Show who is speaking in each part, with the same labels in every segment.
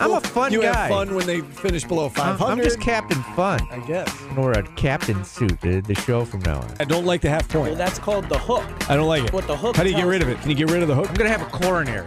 Speaker 1: I'm a fun
Speaker 2: you
Speaker 1: guy.
Speaker 2: have fun when they finish below
Speaker 1: I'm,
Speaker 2: 500.
Speaker 1: I'm just Captain Fun.
Speaker 2: I guess.
Speaker 1: I'm gonna wear a captain suit to the show from now on.
Speaker 2: I don't like the half
Speaker 3: Well,
Speaker 2: point.
Speaker 3: that's called the hook.
Speaker 2: I don't like it.
Speaker 3: What the hook
Speaker 2: How do you get
Speaker 3: tells
Speaker 2: rid of it? Can you get rid of the hook?
Speaker 1: I'm gonna have a coronary.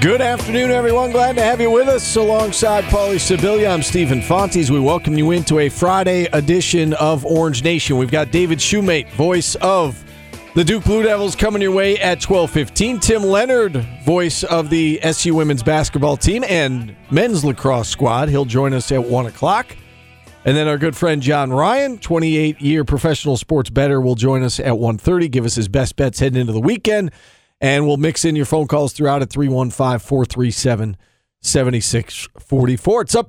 Speaker 2: Good
Speaker 4: afternoon, everyone. Glad to have you with us alongside Paulie Sibilia. I'm Stephen Fontes. We welcome you into a Friday edition of Orange Nation. We've got David Shoemate, voice of the Duke Blue Devils, coming your way at 12:15. Tim Leonard, voice of the SU women's basketball team and men's lacrosse squad. He'll join us at one o'clock. And then our good friend John Ryan, 28-year professional sports bettor, will join us at 1:30, give us his best bets heading into the weekend, and we'll mix in your phone calls throughout at 315-437-7644. It's up,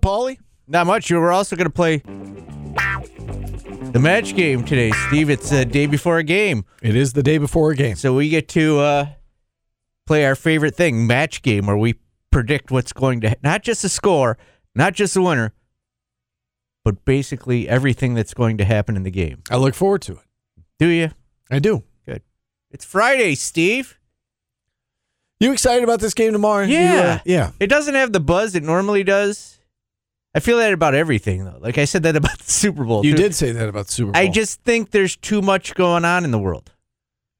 Speaker 4: Paulie.
Speaker 1: Not much. We're also going to play the match game today, Steve. It's the day before a game.
Speaker 4: It is the day before a game.
Speaker 1: So we get to uh, play our favorite thing, match game, where we predict what's going to, not just the score, not just the winner, but basically everything that's going to happen in the game.
Speaker 4: I look forward to it.
Speaker 1: Do you?
Speaker 4: I do.
Speaker 1: Good. It's Friday, Steve.
Speaker 4: You excited about this game tomorrow? You, uh,
Speaker 1: Yeah.
Speaker 4: yeah.
Speaker 1: It doesn't have the buzz it normally does. I feel that about everything, though. Like I said that about the Super Bowl.
Speaker 4: You
Speaker 1: too.
Speaker 4: did say that about the Super Bowl.
Speaker 1: I just think there's too much going on in the world.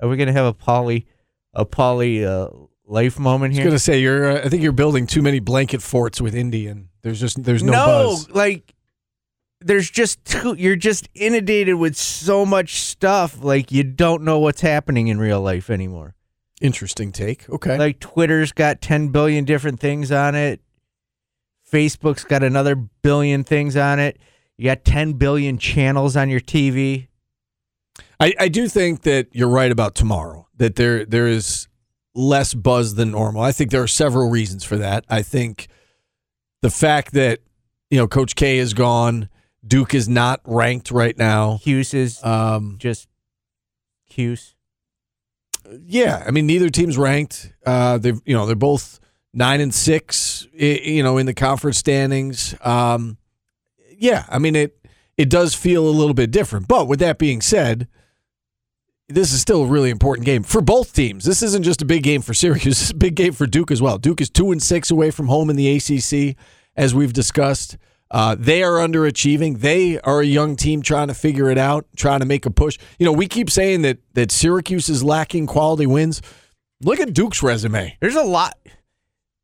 Speaker 1: Are we going to have a poly, a poly uh, life moment
Speaker 4: I was
Speaker 1: here?
Speaker 4: gonna say you're. Uh, I think you're building too many blanket forts with Indy, and there's just there's no, buzz.
Speaker 1: like there's just too. You're just inundated with so much stuff. Like you don't know what's happening in real life anymore.
Speaker 4: Interesting take. Okay.
Speaker 1: Like Twitter's got 10 billion different things on it. Facebook's got another billion things on it. You got 10 billion channels on your TV.
Speaker 4: I, I do think that you're right about tomorrow. That there there is less buzz than normal. I think there are several reasons for that. I think the fact that you know Coach K is gone, Duke is not ranked right now.
Speaker 1: Hughes is
Speaker 4: Um,
Speaker 1: just Hughes.
Speaker 4: yeah, I mean neither team's ranked. Uh, they you know they're both nine and six. i- You know in the conference standings. Um, yeah, I mean it it does feel a little bit different. But with that being said, this is still a really important game for both teams. This isn't just a big game for Syracuse; it's a big game for Duke as well. Duke is two and six away from home in the ACC, as we've discussed. Uh, they are underachieving. They are a young team trying to figure it out, trying to make a push. You know, we keep saying that that Syracuse is lacking quality wins. Look at Duke's resume.
Speaker 1: There's a lot.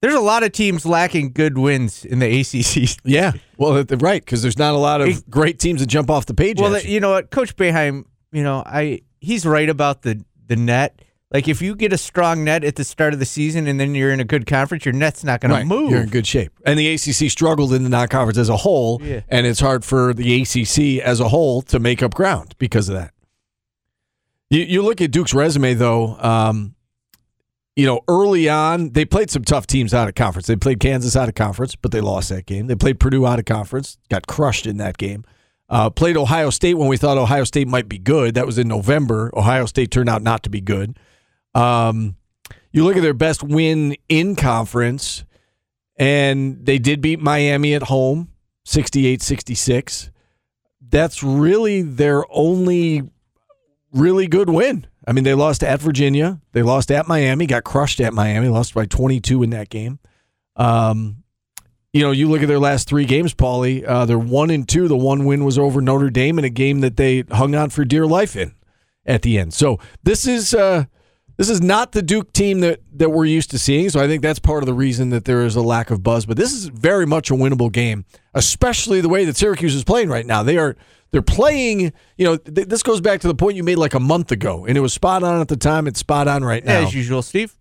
Speaker 1: There's a lot of teams lacking good wins in the ACC.
Speaker 4: Yeah, well, th- right, because there's not a lot of
Speaker 1: It-
Speaker 4: great teams that jump off the page.
Speaker 1: Well,
Speaker 4: at you.
Speaker 1: you know what, Coach Beheim. You know, I he's right about the the net. Like if you get a strong net at the start of the season and then you're in a good conference, your net's not going
Speaker 4: Right,
Speaker 1: to move.
Speaker 4: You're in good shape. And the ACC struggled in the non-conference as a whole,
Speaker 1: Yeah.
Speaker 4: and it's hard for the ACC as a whole to make up ground because of that. You, you look at Duke's resume though. Um, you know, early on they played some tough teams out of conference. They played Kansas out of conference, but they lost that game. They played Purdue out of conference, got crushed in that game. Uh, played Ohio State when we thought Ohio State might be good. That was in November. Ohio State turned out not to be good. Um, you look at their best win in conference, and they did beat Miami at home 68 66. That's really their only really good win. I mean, they lost at Virginia, they lost at Miami, got crushed at Miami, lost by 22 in that game. Um, you know, you look at their last three games, Paulie. Uh, they're one and two. The one win was over Notre Dame in a game that they hung on for dear life in at the end. So this is uh, this is not the Duke team that that we're used to seeing. So I think that's part of the reason that there is a lack of buzz. But this is very much a winnable game, especially the way that Syracuse is playing right now. They are they're playing. You know, th- this goes back to the point you made like a month ago, and it was spot on at the time. It's spot on right now.
Speaker 1: as usual, Steve.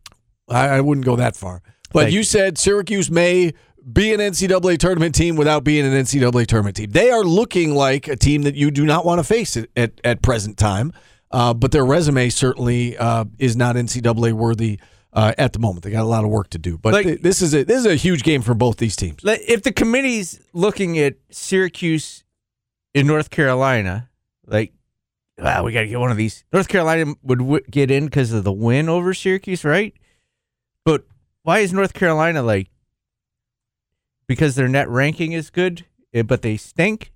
Speaker 4: I, I wouldn't go that far. But
Speaker 1: Thank
Speaker 4: you said Syracuse may be an NCAA tournament team without being an NCAA tournament team. They are looking like a team that you do not want to face at, at, at present time. Uh, but their resume certainly uh, is not NCAA worthy uh, at the moment. They got a lot of work to do, but
Speaker 1: Like-
Speaker 4: th- this is a this is a huge game for both these teams.
Speaker 1: Like, if the committee's looking at Syracuse in North Carolina, like, wow, we got to get one of these. North Carolina would w- get in because of the win over Syracuse, right? But why is North Carolina like? Because their net ranking is good, eh, but they stink.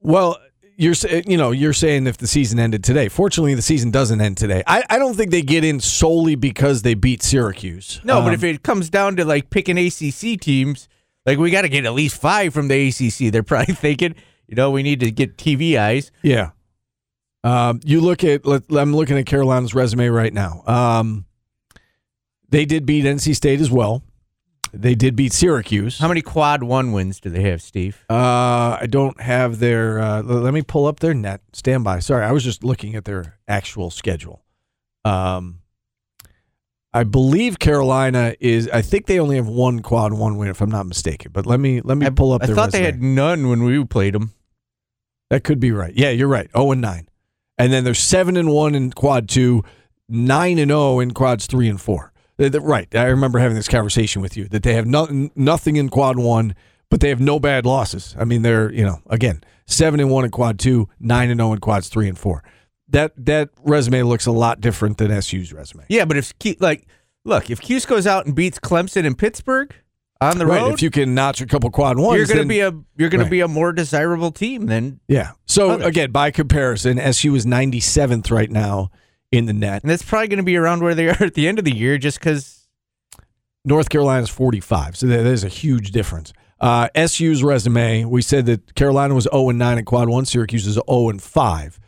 Speaker 4: Well, you're sa- you know you're saying if the season ended today. Fortunately, the season doesn't end today. I, I don't think they get in solely because they beat Syracuse.
Speaker 1: No, but
Speaker 4: Um,
Speaker 1: if it comes down to like picking ACC teams, like we got to get at least five from the ACC. They're probably thinking, you know, we need to get TV eyes.
Speaker 4: yeah, um, you look at let, I'm looking at Carolina's resume right now. Um, they did beat NC State as well. They did beat Syracuse.
Speaker 1: How many quad one wins do they have, Steve?
Speaker 4: Uh, I don't have their. Uh, l- let me pull up their net. Stand by. Sorry, I was just looking at their actual schedule. Um, I believe Carolina is. I think they only have one quad one win, if I'm not mistaken. But let me let me pull up.
Speaker 1: I
Speaker 4: their
Speaker 1: thought they
Speaker 4: resume.
Speaker 1: had none when we played them.
Speaker 4: That could be right. Yeah, you're right. Zero and nine, and then they're seven and one in quad two, nine and zero in quads three and four. They- they- right. I remember having this conversation with you that they have no, nothing in quad one, but they have no bad losses. I mean, they're you know again seven and one in quad two, nine and zero in quads three and four. That that resume looks a lot different than SU's resume.
Speaker 1: Yeah, but if Cu- like, look, if Cuse goes out and beats Clemson and Pittsburgh on the
Speaker 4: right.
Speaker 1: road,
Speaker 4: If you can notch a couple quad ones,
Speaker 1: are going to
Speaker 4: then-
Speaker 1: be a you're going
Speaker 4: Right.
Speaker 1: to be a more desirable team than,
Speaker 4: yeah. So
Speaker 1: Others.
Speaker 4: again, by comparison, SU is ninety seventh right now in the net.
Speaker 1: and that's probably going to be around where they are at the end of the year, just because.
Speaker 4: North Carolina's 45. So that that is a huge difference. Uh, SU's resume, we said that Carolina was 0 and 9 in quad 1, Syracuse is 0 and 5.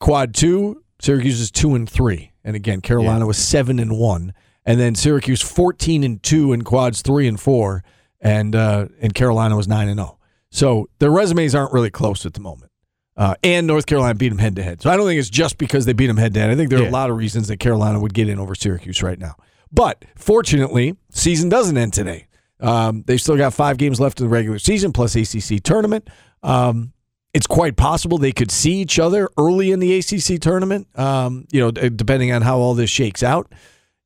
Speaker 4: Quad 2, Syracuse is 2 and 3. And again, Carolina was 7 and 1. And then Syracuse 14 and 2 in quads 3 and 4 and uh, and Carolina was 9 and 0. So their resumes aren't really close at the moment. Uh, and North Carolina beat them head to head. So I don't think it's just because they beat them head to head. I think there are
Speaker 1: Yeah.
Speaker 4: a lot of reasons that Carolina would get in over Syracuse right now. But fortunately, season doesn't end today. Um, they've still got five games left in the regular season plus ACC tournament. Um, it's quite possible they could see each other early in the ACC tournament. Um, you know, d- depending on how all this shakes out,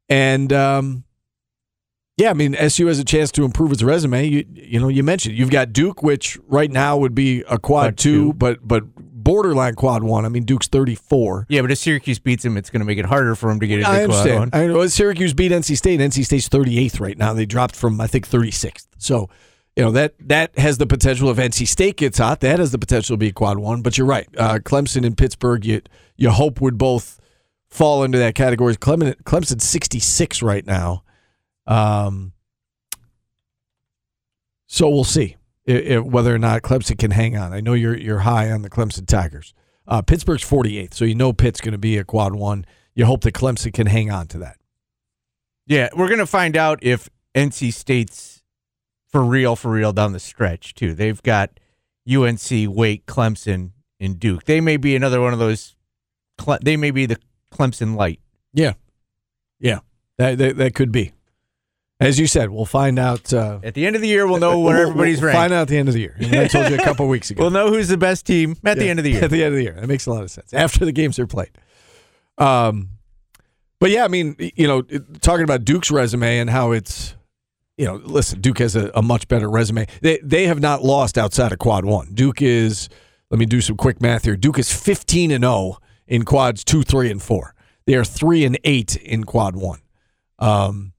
Speaker 4: and um, yeah, I mean SU has a chance to improve its resume. You you know, you mentioned you've got Duke, which right now would be a quad,
Speaker 1: Quad
Speaker 4: two,
Speaker 1: two.
Speaker 4: but but borderline quad one. I mean, Duke's thirty four.
Speaker 1: Yeah, but if Syracuse beats them, it's going to make it harder for them to get into
Speaker 4: I
Speaker 1: quad
Speaker 4: understand.
Speaker 1: one.
Speaker 4: I know Syracuse beat NC State. NC State's 38th right now. They dropped from I think 36th. So, you know that that has the potential if NC State gets hot, that has the potential to be a quad one. But you're right. Uh, Clemson and Pittsburgh, you you hope would both fall into that category. Clemson Clemson's 66 right now. Um, so we'll see i i whether or not Clemson can hang on. I know you're you're high on the Clemson Tigers. Uh, Pittsburgh's 48th, so you know Pitt's going to be a quad one. You hope that Clemson can hang on to that.
Speaker 1: Yeah, we're going to find out if NC State's for real, for real down the stretch too. They've got UNC, Wake, Clemson, and Duke. They may be another one of those. Cle- They may be the Clemson light.
Speaker 4: Yeah, yeah, that that, that could be. As you said, we'll find out. Uh,
Speaker 1: At the end of the year, we'll know where
Speaker 4: we'll-
Speaker 1: everybody's
Speaker 4: we'll Find
Speaker 1: ranked.
Speaker 4: out at the end of the year. And I told you a couple weeks ago.
Speaker 1: We'll know who's the best team at the
Speaker 4: Yeah,
Speaker 1: end of the year.
Speaker 4: At the end of the year. That makes a lot of sense. After the games are played. Um, but yeah, I mean, you know, it- talking about Duke's resume and how it's, you know, listen, Duke has a, a much better resume. They they have not lost outside of quad one. Duke is, let me do some quick math here. Duke is fifteen and zero in quads two, three, and four. They are three and eight in quad one. Um,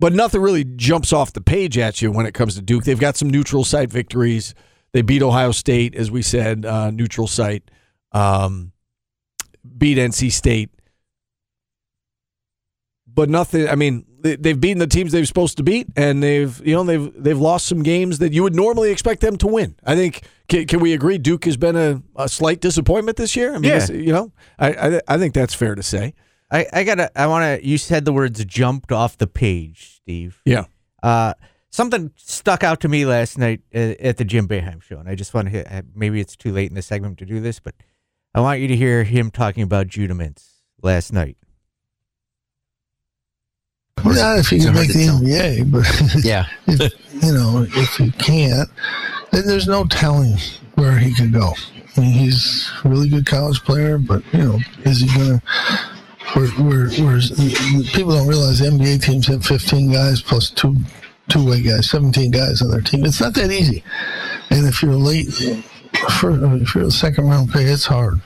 Speaker 4: but nothing really jumps off the page at you when it comes to Duke. They've got some neutral site victories. They beat Ohio State, as we said, uh, neutral site. Um, beat NC State, but nothing. I mean, they, they've beaten the teams they've supposed to beat, and they've you know they've they've lost some games that you would normally expect them to win. I think can, can we agree Duke has been a, a slight disappointment this year? I mean,
Speaker 1: Yeah.
Speaker 4: this- you know, I, I I think that's fair to say.
Speaker 1: I, I gotta. I want to. You said the words "jumped off the page," Steve.
Speaker 4: Yeah.
Speaker 1: Uh, something stuck out to me last night uh, at, at the Jim Beheim show, and I just want to. hit- Maybe it's too late in the segment to do this, but I want you to hear him talking about Judah Mintz last night.
Speaker 3: Not if you can make the NBA, but
Speaker 5: Yeah.
Speaker 3: if, you know if you can't, then there's no telling where he could go. I mean, he's a really good college player, but you know, is he gonna We're, we're, we're, people don't realize the NBA teams have 15 guys plus two two way guys, 17 guys on their team. It's not that easy. And if you're late, for, if you're a second round pick, it's hard.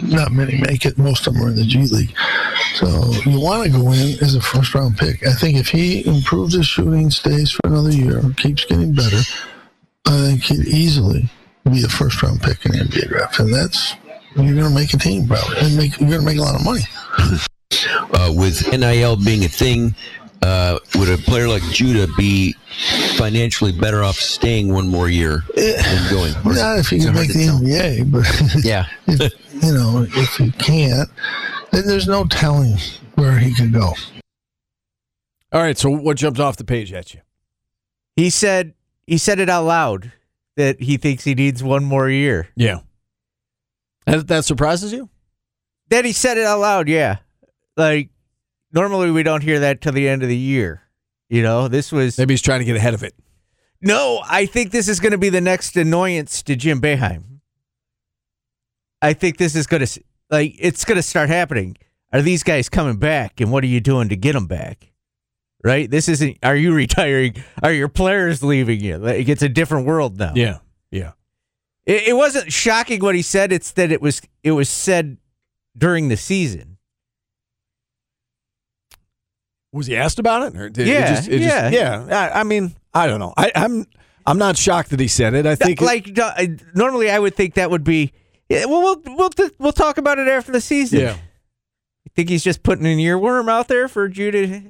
Speaker 3: Not many make it. Most of them are in the G League. So you want to go in as a first round pick. I think if he improves his shooting, stays for another year, keeps getting better, I think he'd easily be a first round pick in the NBA draft. And that's you're going to make a team probably, and make, you're going to make a lot of money.
Speaker 5: Uh, with NIL being a thing, uh, would a player like Judah be financially better off staying one more year than going? Or is
Speaker 3: Not if you
Speaker 5: it
Speaker 3: can
Speaker 5: hard
Speaker 3: make
Speaker 5: to
Speaker 3: the
Speaker 5: tell?
Speaker 3: NBA, but
Speaker 5: Yeah.
Speaker 3: if, you know, if you can't, then there's no telling where he could go.
Speaker 4: All right, so what jumped off the page at you?
Speaker 1: He said he said it out loud that he thinks he needs one more year.
Speaker 4: Yeah. That, that surprises you?
Speaker 1: Then he said it out loud, yeah. Like normally we don't hear that till the end of the year. You know, this was
Speaker 4: Maybe he's trying to get ahead of it.
Speaker 1: No, I think this is going to be the next annoyance to Jim Beheim. I think this is going to like it's going to start happening. Are these guys coming back, and what are you doing to get them back? Right? This isn't. Are you retiring? Are your players leaving you? Like, it's a different world now.
Speaker 4: Yeah. Yeah.
Speaker 1: It, it wasn't shocking what he said. It's that it was it was said during the season.
Speaker 4: Was he asked about it? Or did it
Speaker 1: Yeah,
Speaker 4: just- it just-
Speaker 1: yeah.
Speaker 4: yeah. I, I mean, I don't know. I, I'm I'm not shocked that he said it. I think it-
Speaker 1: like no, I- normally, I would think that would be. Yeah, well, we'll we'll t- we'll talk about it after the season.
Speaker 4: yeah,
Speaker 1: You think he's just putting an earworm out there for Judah?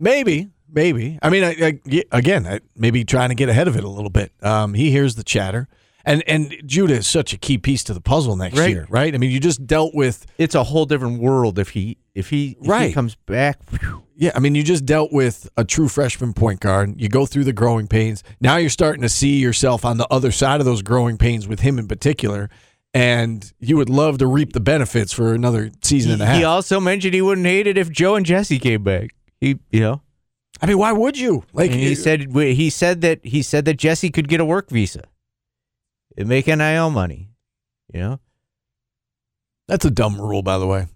Speaker 4: maybe, maybe. I mean, I, I- yeah, again, I, maybe trying to get ahead of it a little bit. Um, he hears the chatter, and and Judah is such a key piece to the puzzle next
Speaker 1: Right.
Speaker 4: year, right? I mean, you just dealt with
Speaker 1: It's a whole different world if he if he, if
Speaker 4: Right.
Speaker 1: he comes back. phew.
Speaker 4: Yeah, I mean, you just dealt with a true freshman point guard. You go through the growing pains. Now you're starting to see yourself on the other side of those growing pains with him in particular, and you would love to reap the benefits for another season and a half.
Speaker 1: He also mentioned he wouldn't hate it if Joe and Jesse came back. He you know
Speaker 4: I mean, why would you? Like
Speaker 1: and he
Speaker 4: it-
Speaker 1: said he said that he said that Jesse could get a work visa and make nil money. You know
Speaker 4: that's a dumb rule, by the way.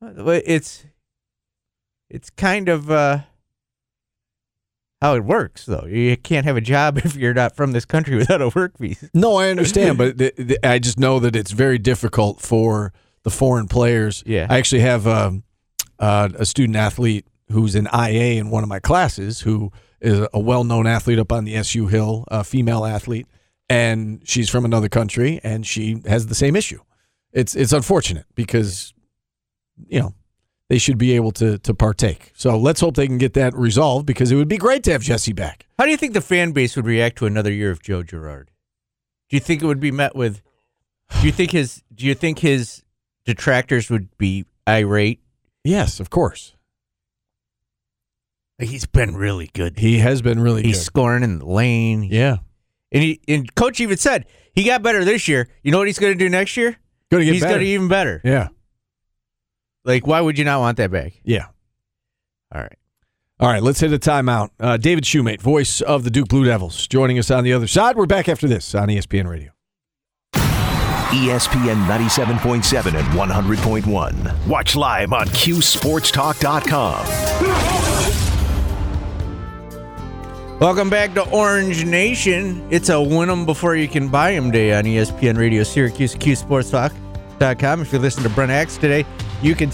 Speaker 1: But it's it's kind of uh, how it works though. You can't have a job if you're not from this country without a work visa.
Speaker 4: No, I understand, but th- th- I just know that it's very difficult for the foreign players.
Speaker 1: Yeah.
Speaker 4: I actually have um, uh, a student athlete who's an IA in one of my classes who is a well known athlete up on the SU Hill, a female athlete, and she's from another country and she has the same issue. It's it's unfortunate because you know they should be able to to partake. So let's hope they can get that resolved because it would be great to have Jesse back.
Speaker 1: How do you think the fan base would react to another year of Joe Girard? Do you think it would be met with? Do you think his? Do you think his detractors would be irate?
Speaker 4: Yes, of course.
Speaker 1: He's been really good.
Speaker 4: He has been really
Speaker 1: He's scoring in the lane.
Speaker 4: good. Yeah.
Speaker 1: And he and coach even said he got better this year. You know what he's going to do next year?
Speaker 4: Going to get
Speaker 1: he's
Speaker 4: better.
Speaker 1: going to even better.
Speaker 4: yeah.
Speaker 1: Like why would you not want that back?
Speaker 4: Yeah.
Speaker 1: All right.
Speaker 4: All right, let's hit a timeout. Uh, David Shoemate, voice of the Duke Blue Devils, joining us on the other side. We're back after this on E ESPN Radio.
Speaker 6: ESPN 97.7 and 100.1. Watch live on QSportsTalk.com.
Speaker 1: Welcome back to Orange Nation. It's a win 'em before you can buy 'em day on E ESPN Radio Syracuse QSportsTalk.com. If you listen to Brent Axe today, you can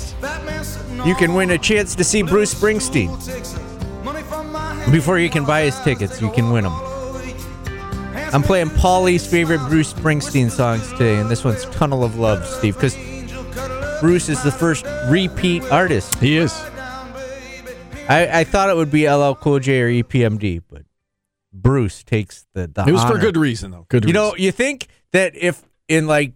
Speaker 1: you can win a chance to see Bruce Springsteen. Before you can buy his tickets, you can win them. I'm playing Paulie's favorite Bruce Springsteen songs today, and this one's Tunnel of Love, Steve, because Bruce is the first repeat artist.
Speaker 4: He is.
Speaker 1: I, I thought it would be LL Cool J or E EPMD, but Bruce takes the, the
Speaker 4: It was for
Speaker 1: honor.
Speaker 4: good reason, though. Good
Speaker 1: You
Speaker 4: reason.
Speaker 1: know, you think that if in like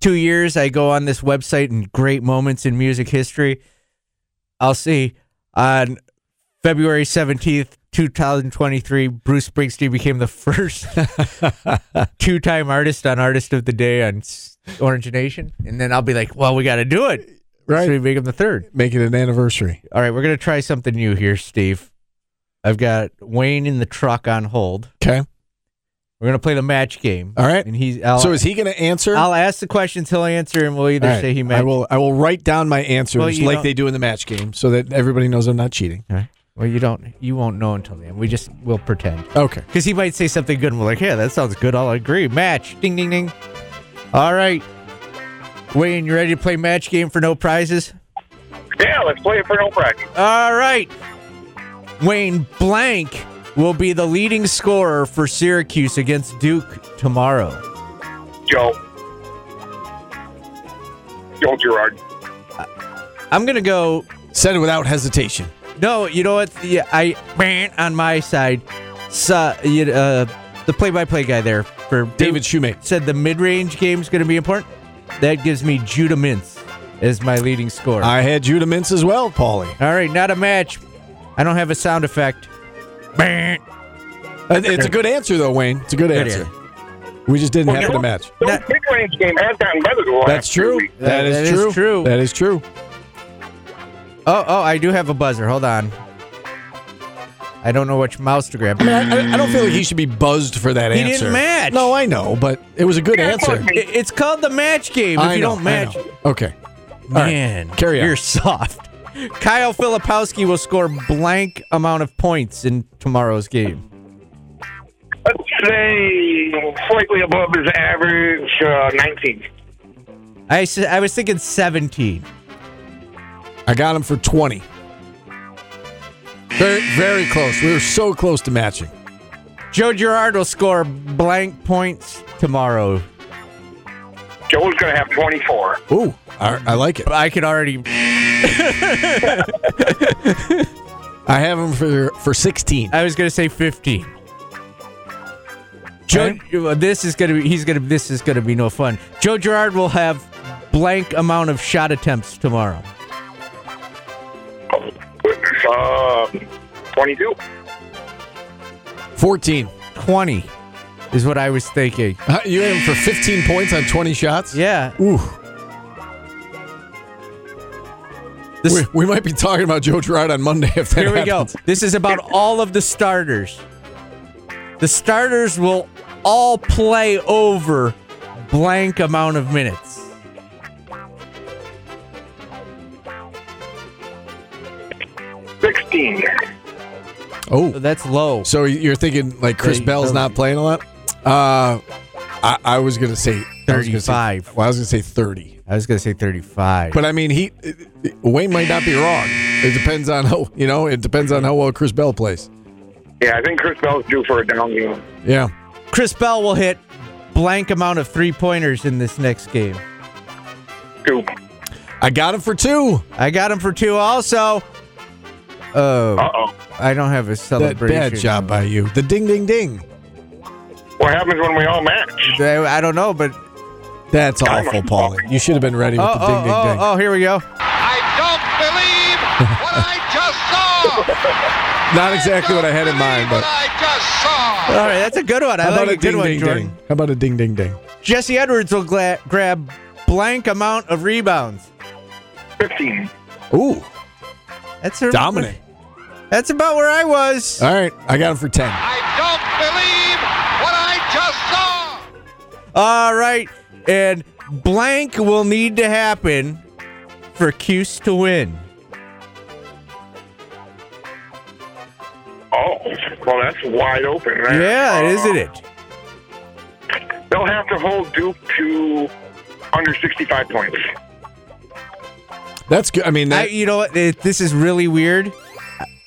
Speaker 1: two years I go on this website and great moments in music history, I'll see on February 17th, 2023, Bruce Springsteen became the first two time artist on Artist of the Day on S- Orange Nation. And then I'll be like, well, we got to do it.
Speaker 4: Right.
Speaker 1: So we make him the third.
Speaker 4: Make it an anniversary.
Speaker 1: All right, we're going to try something new here, Steve. I've got Wayne in the truck on hold.
Speaker 4: Okay.
Speaker 1: We're We're gonna play the match game.
Speaker 4: All right.
Speaker 1: And he's. I'll,
Speaker 4: so is he going to answer?
Speaker 1: I'll ask the questions. He'll answer, and we'll either
Speaker 4: All right.
Speaker 1: say he
Speaker 4: I
Speaker 1: matched.
Speaker 4: will. I will write down my answers
Speaker 1: Well, you
Speaker 4: like
Speaker 1: don't-
Speaker 4: they do in the match game, so that everybody knows I'm not cheating.
Speaker 1: All right. Well, you don't. You won't know until then. We just will pretend.
Speaker 4: Okay.
Speaker 1: Because he might say something good, and we're like, yeah, that sounds good. I'll agree. Match. Ding, ding, ding. All right. Wayne, you ready to play match game for no prizes?
Speaker 7: Yeah, let's play it for no practice.
Speaker 1: All right. Wayne Blank will be the leading scorer for Syracuse against Duke tomorrow.
Speaker 7: Joe. Joe Girard.
Speaker 1: I'm going to go.
Speaker 4: Said it without hesitation.
Speaker 1: No, you know what? Yeah, I man on my side. So, you- uh, the play-by-play guy there for
Speaker 4: David Shoemate.
Speaker 1: said the mid-range game's going to be important. That gives me Judah Mintz as my leading scorer.
Speaker 4: I had Judah Mintz as well, Paulie.
Speaker 1: All right, not a match. I don't have a sound effect. Bang.
Speaker 4: Uh, It's a good answer though, Wayne. It's a good
Speaker 1: Good
Speaker 4: answer. We just didn't happen to match.
Speaker 7: The
Speaker 1: That-
Speaker 7: mid range game has gotten better the last
Speaker 4: That's
Speaker 7: few
Speaker 4: true.
Speaker 7: weeks.
Speaker 1: That- that is true.
Speaker 4: That is true.
Speaker 1: Oh, oh, I do have a buzzer. Hold on. I don't know which mouse to grab.
Speaker 4: I mean, I, I- I don't feel like he should be buzzed for that
Speaker 1: He
Speaker 4: answer.
Speaker 1: didn't match.
Speaker 4: No, I know, but it was a good answer.
Speaker 1: It- It's called the match game. If
Speaker 4: I
Speaker 1: you
Speaker 4: know,
Speaker 1: don't
Speaker 4: I
Speaker 1: match,
Speaker 4: know. Okay. right.
Speaker 1: man,
Speaker 4: Carry on.
Speaker 1: You're soft. Kyle Filipowski will score blank amount of points in tomorrow's game.
Speaker 7: Let's say slightly above his average uh, 19.
Speaker 1: I, s- I was thinking 17.
Speaker 4: I got him for 20. Very, very close. We were so close to matching.
Speaker 1: Joe Girard will score blank points tomorrow.
Speaker 7: Joe's going to have 24.
Speaker 4: Ooh, I, I like it.
Speaker 1: I can already.
Speaker 4: I have him for for 16.
Speaker 1: I was gonna say 15. Joe, uh, this is gonna be. He's gonna. This is gonna be no fun. Joe Girard will have blank amount of shot attempts tomorrow.
Speaker 7: Uh, 22.
Speaker 4: 14.
Speaker 1: 20 is what I was thinking.
Speaker 4: Uh, You had him for 15 points on 20 shots?
Speaker 1: Yeah.
Speaker 4: Ooh.
Speaker 1: This-
Speaker 4: we, we might be talking about Joe Girard on Monday if that
Speaker 1: Here we go.
Speaker 4: happens.
Speaker 1: This is about all of the starters. The starters will all play over blank amount of minutes.
Speaker 7: Sixteen.
Speaker 1: So
Speaker 4: Oh,
Speaker 1: that's low.
Speaker 4: so you're thinking like Chris
Speaker 1: They-
Speaker 4: Bell's not playing a lot? Uh, I, I was gonna say I was gonna say-
Speaker 1: 35.
Speaker 4: well, I was gonna say 30,
Speaker 1: I was gonna say 35.
Speaker 4: but I mean he Wayne might not be wrong. It depends on how you know. It depends on how well Chris Bell plays.
Speaker 7: Yeah, I think Chris Bell's due for a down game.
Speaker 4: Yeah,
Speaker 1: Chris Bell will hit blank amount of three pointers in this next game.
Speaker 7: Two.
Speaker 4: I got him for two.
Speaker 1: I got him for two also. Oh,
Speaker 7: Uh oh.
Speaker 1: I don't have a
Speaker 4: That
Speaker 1: celebration.
Speaker 4: bad job by you. The ding ding ding.
Speaker 7: What happens when we all match?
Speaker 1: I I don't know, but
Speaker 4: That's
Speaker 7: I'm
Speaker 4: awful,
Speaker 7: a-
Speaker 4: Paulie. You should have been ready with
Speaker 1: oh,
Speaker 4: the ding
Speaker 1: oh,
Speaker 4: ding
Speaker 1: oh,
Speaker 4: ding.
Speaker 1: oh, here we go. oh.
Speaker 4: Not exactly what I had in mind, but how
Speaker 1: All right, that's a good one. I like
Speaker 4: about a
Speaker 1: a good
Speaker 4: ding
Speaker 1: one,
Speaker 4: ding
Speaker 1: Jordan.
Speaker 4: ding? How about a ding ding ding?
Speaker 1: Jesse Edwards will gla- grab blank amount of rebounds.
Speaker 7: Fifteen.
Speaker 4: Ooh,
Speaker 1: That's a,
Speaker 4: dominant.
Speaker 1: That's about where I was.
Speaker 4: All right, I got him for 10.
Speaker 1: All right, and blank will need to happen for Cuse to win.
Speaker 7: Oh, well, that's wide open. There.
Speaker 1: Yeah,
Speaker 7: Uh,
Speaker 1: isn't it?
Speaker 7: They'll have to hold Duke to under 65 points.
Speaker 4: That's good. I mean,
Speaker 1: I,
Speaker 4: that,
Speaker 1: you know what? It, this is really weird.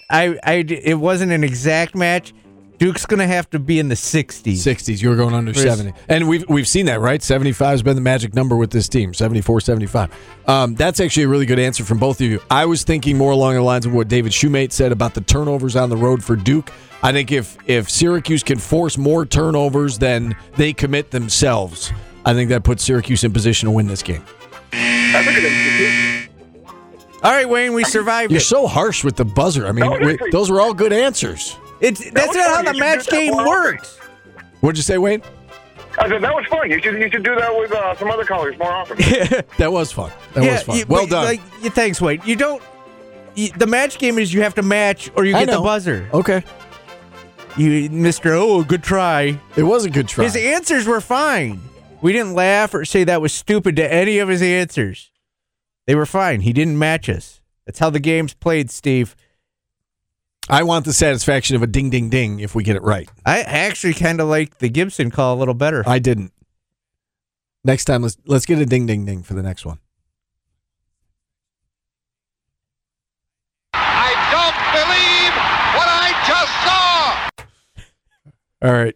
Speaker 1: I, I, it wasn't an exact match. Duke's gonna have to be in the 60s.
Speaker 4: 60s. You were going under
Speaker 1: Chris.
Speaker 4: 70. And we've we've seen that, right? 75 has been the magic number with this team, 74, 75. Um, that's actually a really good answer from both of you. I was thinking more along the lines of what David Shoemate said about the turnovers on the road for Duke. I think if if Syracuse can force more turnovers than they commit themselves, I think that puts Syracuse in position to win this game.
Speaker 7: That's a good institution.
Speaker 1: All right, Wayne, we survived
Speaker 4: You're
Speaker 1: it.
Speaker 4: so harsh with the buzzer. I mean,
Speaker 7: No,
Speaker 4: we-
Speaker 7: seriously.
Speaker 4: those were all good answers.
Speaker 1: It's, that's
Speaker 7: was
Speaker 1: not how
Speaker 7: fun.
Speaker 1: the
Speaker 7: You should
Speaker 1: match
Speaker 7: do that
Speaker 1: game
Speaker 7: more often.
Speaker 1: works.
Speaker 4: What'd you say, Wayne?
Speaker 7: I said that was fun. You should you should do that with uh, some other colors more often.
Speaker 4: That was fun. That was fun.
Speaker 1: you-
Speaker 4: well
Speaker 1: but,
Speaker 4: done.
Speaker 1: Like, you, thanks, Wayne. You don't. You, the match game is you have to match or you
Speaker 4: I
Speaker 1: get the
Speaker 4: know.
Speaker 1: buzzer.
Speaker 4: Okay.
Speaker 1: You, Mister, oh, good try.
Speaker 4: It was a good try.
Speaker 1: His answers were fine. We didn't laugh or say that was stupid to any of his answers. They were fine. He didn't match us. That's how the game's played, Steve.
Speaker 4: I want the satisfaction of a ding, ding, ding if we get it right.
Speaker 1: I actually kind of like the Gibson call a little better.
Speaker 4: I didn't. Next time, let's let's get a ding, ding, ding for the next one.
Speaker 8: I don't believe what I just saw.
Speaker 4: All right.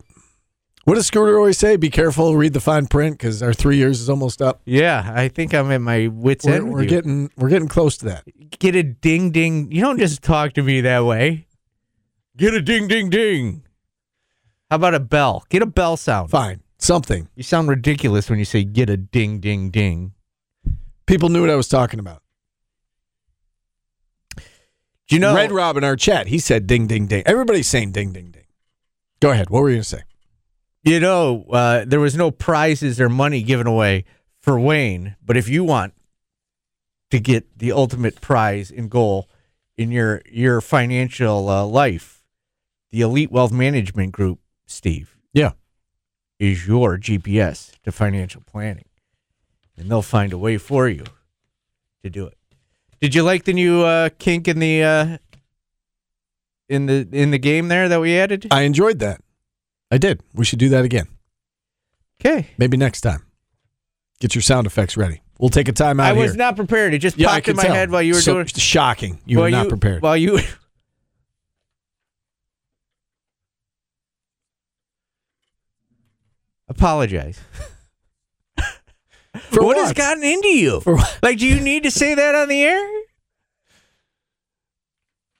Speaker 4: What does Scooter always say? Be careful, read the fine print, because our three years is almost up.
Speaker 1: yeah, I think I'm at my wits
Speaker 4: We're,
Speaker 1: end. with
Speaker 4: we're
Speaker 1: you.
Speaker 4: getting we're getting close to that.
Speaker 1: get a ding ding. You don't just talk to me that way. Get a ding ding ding. How about a bell? Get a bell sound.
Speaker 4: Fine, something.
Speaker 1: You sound ridiculous when you say get a ding ding ding.
Speaker 4: People knew what I was talking about.
Speaker 1: Do you know
Speaker 4: Red Rob in our chat, he said ding, ding, ding. Everybody's saying ding, ding, ding. Go ahead. What were you gonna say?
Speaker 1: You know, uh, there was no prizes or money given away for Wayne, but if you want to get the ultimate prize and goal in your your financial uh, life, the Elite Wealth Management Group, Steve,
Speaker 4: Yeah.
Speaker 1: is your GPS to financial planning, and they'll find a way for you to do it. Did you like the new uh, kink in the uh, in the in the game there that we added?
Speaker 4: I enjoyed that. I did. We should do that again.
Speaker 1: Okay.
Speaker 4: Maybe next time. Get your sound effects ready. We'll take a time out
Speaker 1: I
Speaker 4: here.
Speaker 1: was not prepared. It just
Speaker 4: Yeah, I
Speaker 1: popped in
Speaker 4: could
Speaker 1: my
Speaker 4: tell.
Speaker 1: head while you were
Speaker 4: so
Speaker 1: doing.
Speaker 4: Shocking. You
Speaker 1: while
Speaker 4: were not prepared.
Speaker 1: While you, apologize.
Speaker 4: For
Speaker 1: what, has gotten into you?
Speaker 4: For what?
Speaker 1: Like, do you need to say that on the air?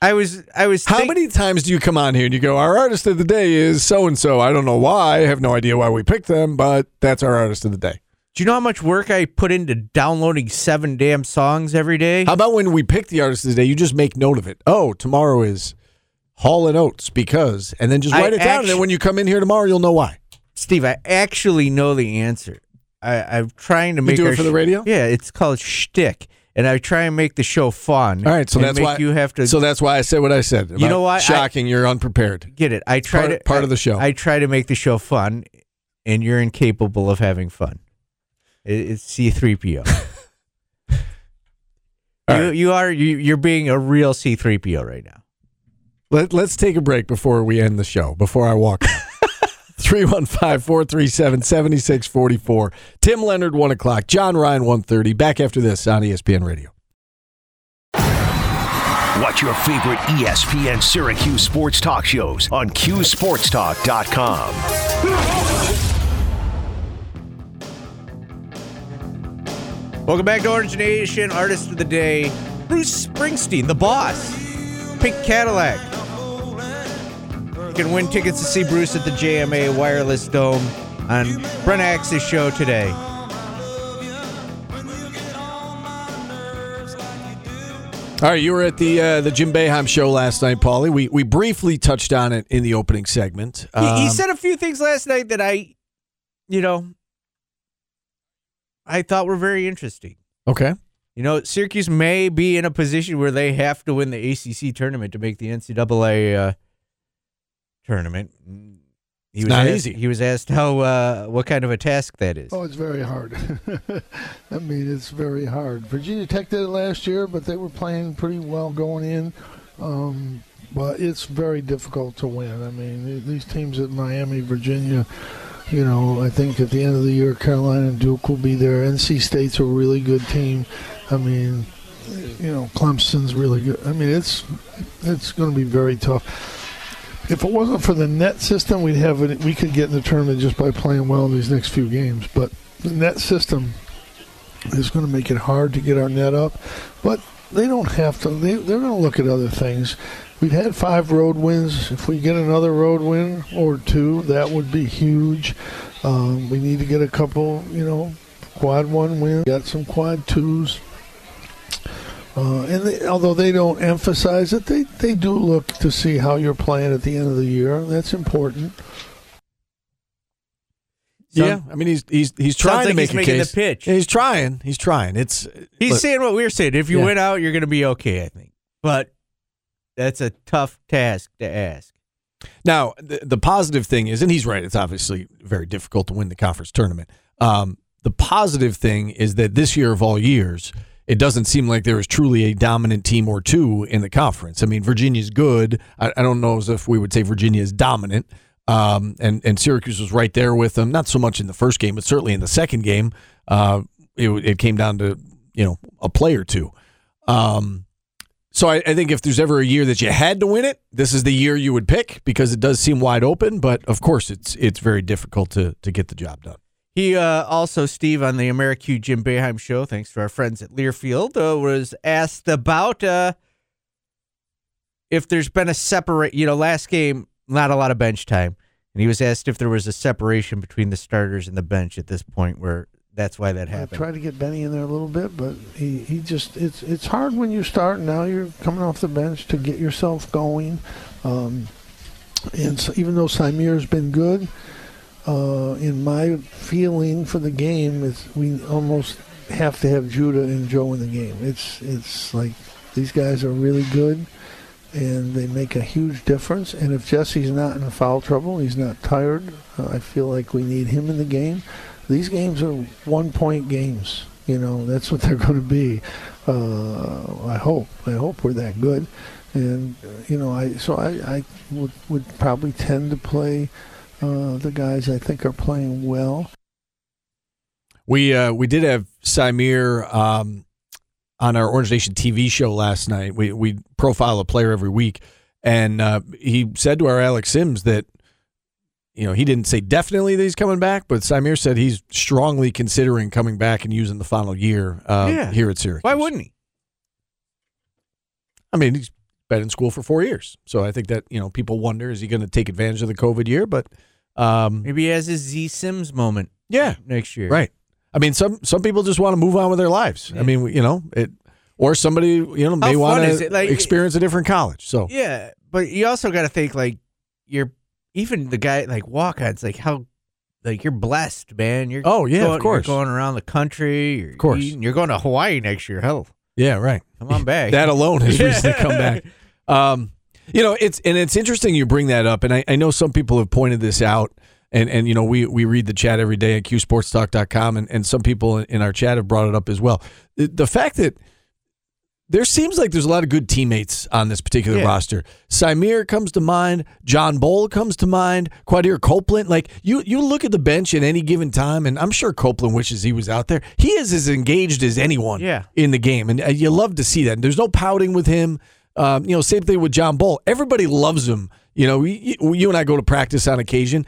Speaker 1: I was, I was.
Speaker 4: How
Speaker 1: think-
Speaker 4: many times do you come on here and you go, Our artist of the day is so and so? I don't know why. I have no idea why we picked them, but that's our artist of the day.
Speaker 1: Do you know how much work I put into downloading seven damn songs every day?
Speaker 4: How about when we pick the artist of the day, you just make note of it? Oh, tomorrow is Hall and Oates because, and then just
Speaker 1: I
Speaker 4: write it down. and
Speaker 1: actu-
Speaker 4: then when you come in here tomorrow, you'll know why.
Speaker 1: Steve, I actually know the answer. I, I'm trying to make
Speaker 4: do it
Speaker 1: our
Speaker 4: for the
Speaker 1: sh-
Speaker 4: radio?
Speaker 1: Yeah, it's called shtick, and I try and make the show fun.
Speaker 4: All right, so
Speaker 1: and
Speaker 4: that's
Speaker 1: make
Speaker 4: why
Speaker 1: you have to
Speaker 4: So that's why I said what I said. about
Speaker 1: know why? I-
Speaker 4: Shocking. you're unprepared.
Speaker 1: get it. I try to
Speaker 4: part- part
Speaker 1: I-
Speaker 4: of the show.
Speaker 1: I try to make the show fun, and you're incapable of having fun. It, it's C3PO.
Speaker 4: All
Speaker 1: you
Speaker 4: right.
Speaker 1: you are you, you're being a real C3PO right now.
Speaker 4: Let, let's take a break before we end the show, before I walk. 315 437 7644. Tim Leonard, 1 o'clock. John Ryan, 1.30. Back after this on E ESPN Radio.
Speaker 6: Watch your favorite E ESPN Syracuse sports talk shows on QSportsTalk.com.
Speaker 1: Welcome back to Orange Nation. Artist of the day, Bruce Springsteen, the boss. Pink Cadillac. You can win tickets to see Bruce at the JMA Wireless Dome on Brent Axe's show today.
Speaker 4: All right, you were at the uh, the Jim Beheim show last night, Paulie. We we briefly touched on it in the opening segment.
Speaker 1: He, he
Speaker 4: Um,
Speaker 1: said a few things last night that I, you know, I thought were very interesting.
Speaker 4: "Okay,
Speaker 1: You know, Syracuse may be in a position where they have to win the ACC tournament to make the NCAA uh, tournament. He was
Speaker 4: not
Speaker 1: asked-
Speaker 4: easy.
Speaker 1: He was asked how uh, what kind of a task that is.
Speaker 3: Oh, it's very hard. I mean, it's very hard. Virginia Tech did it last year, but they were playing pretty well going in. Um, but it's very difficult to win. I mean, th- these teams at Miami, Virginia, you know, I think at the end of the year, Carolina and Duke will be there. NC State's a really good team. I mean, you know, Clemson's really good. I mean, it's it's going to be very tough. If it wasn't for the net system, we'd have it, we could get in the tournament just by playing well in these next few games. But the net system is going to make it hard to get our net up. But they don't have to. They, they're going to look at other things. We've had five road wins. If we get another road win or two, that would be huge. Um, we need to get a couple, you know, quad one wins. Got some quad twos. Uh, and they, although they don't emphasize it, they, they do look to see how you're playing at the end of the year. That's important.
Speaker 4: yeah." I mean, he's he's he's trying
Speaker 1: Sounds
Speaker 4: to
Speaker 1: like
Speaker 4: make
Speaker 1: he's
Speaker 4: a
Speaker 1: making the
Speaker 4: case.
Speaker 1: pitch.
Speaker 4: Yeah, he's trying. He's trying. It's
Speaker 1: He's
Speaker 4: look,
Speaker 1: saying what we were saying. If you
Speaker 4: Yeah.
Speaker 1: win out, you're going to be okay, I think. But that's a tough task to ask.
Speaker 4: Now, the, the positive thing is, and he's right, it's obviously very difficult to win the conference tournament. Um, the positive thing is that this year of all years, it doesn't seem like there is truly a dominant team or two in the conference. I mean, Virginia's good. I, I don't know as if we would say Virginia is dominant. Um, and, and Syracuse was right there with them, not so much in the first game, but certainly in the second game. Uh, it, it came down to, you know, a play or two. Um, so I, I think if there's ever a year that you had to win it, this is the year you would pick because it does seem wide open. But of course, it's it's very difficult to to get the job done.
Speaker 1: He uh, also, Steve, on the AmeriQ Jim Beheim show, thanks to our friends at Learfield, uh, was asked about uh, if there's been a separate, you know, last game, not a lot of bench time. And he was asked if there was a separation between the starters and the bench at this point where that's why that
Speaker 3: I
Speaker 1: happened.
Speaker 3: tried to get Benny in there a little bit, but he, he just it's it's hard when you start. Now you're coming off the bench to get yourself going, um, and so even though Simir's been good, uh, in my feeling for the game is we almost have to have Judah and Joe in the game. It's it's like these guys are really good, and they make a huge difference. And if Jesse's not in foul trouble, he's not tired. Uh, I feel like we need him in the game. These games are one-point games. You know that's what they're going to be. Uh, I hope. I hope we're that good. And uh, you know, I so I, I would, would probably tend to play uh, the guys I think are playing well.
Speaker 4: We uh, we did have Samir um, on our Orange Nation TV show last night. We we profile a player every week, and uh, he said to our Alex Sims that you know he didn't say definitely that he's coming back, but Samir said he's strongly considering coming back and using the final year uh,
Speaker 1: Yeah.
Speaker 4: here at Syracuse.
Speaker 1: Why wouldn't he?
Speaker 4: I mean, he's been in school for four years, so I think that you know people wonder is he going to take advantage of the COVID year, but um,
Speaker 1: Maybe he has his Z Sims moment
Speaker 4: yeah,
Speaker 1: next year.
Speaker 4: Right. I mean, some some people just want to move on with their lives. I mean, you know, it or somebody you know may
Speaker 1: fun
Speaker 4: want
Speaker 1: is it? Like-
Speaker 4: to experience a different college. So
Speaker 1: Yeah, but you also got to think like you're even the guy like walk-ons like how like you're blessed, man. You're
Speaker 4: Oh, yeah, of
Speaker 1: going,
Speaker 4: course.
Speaker 1: you're going around the country. You're of
Speaker 4: course.
Speaker 1: you're going to Hawaii next year. Hell,
Speaker 4: yeah, right.
Speaker 1: come on back.
Speaker 4: That alone is reason to come back. Um, you know, it's and it's interesting you bring that up, and I, I know some people have pointed this out, and and you know we we read the chat every day at qsportstalk.com, and and some people in our chat have brought it up as well. The, the fact that there seems like there's a lot of good teammates on this particular
Speaker 1: Yeah.
Speaker 4: roster. Samir comes to mind, John Bowl comes to mind, Quadir Copeland. Like you, you look at the bench at any given time, and I'm sure Copeland wishes he was out there. He is as engaged as anyone
Speaker 1: Yeah.
Speaker 4: in the game, and uh, you love to see that. And there's no pouting with him. Um, you know, same thing with John Bull. Everybody loves him. You know, we, you you and I go to practice on occasion.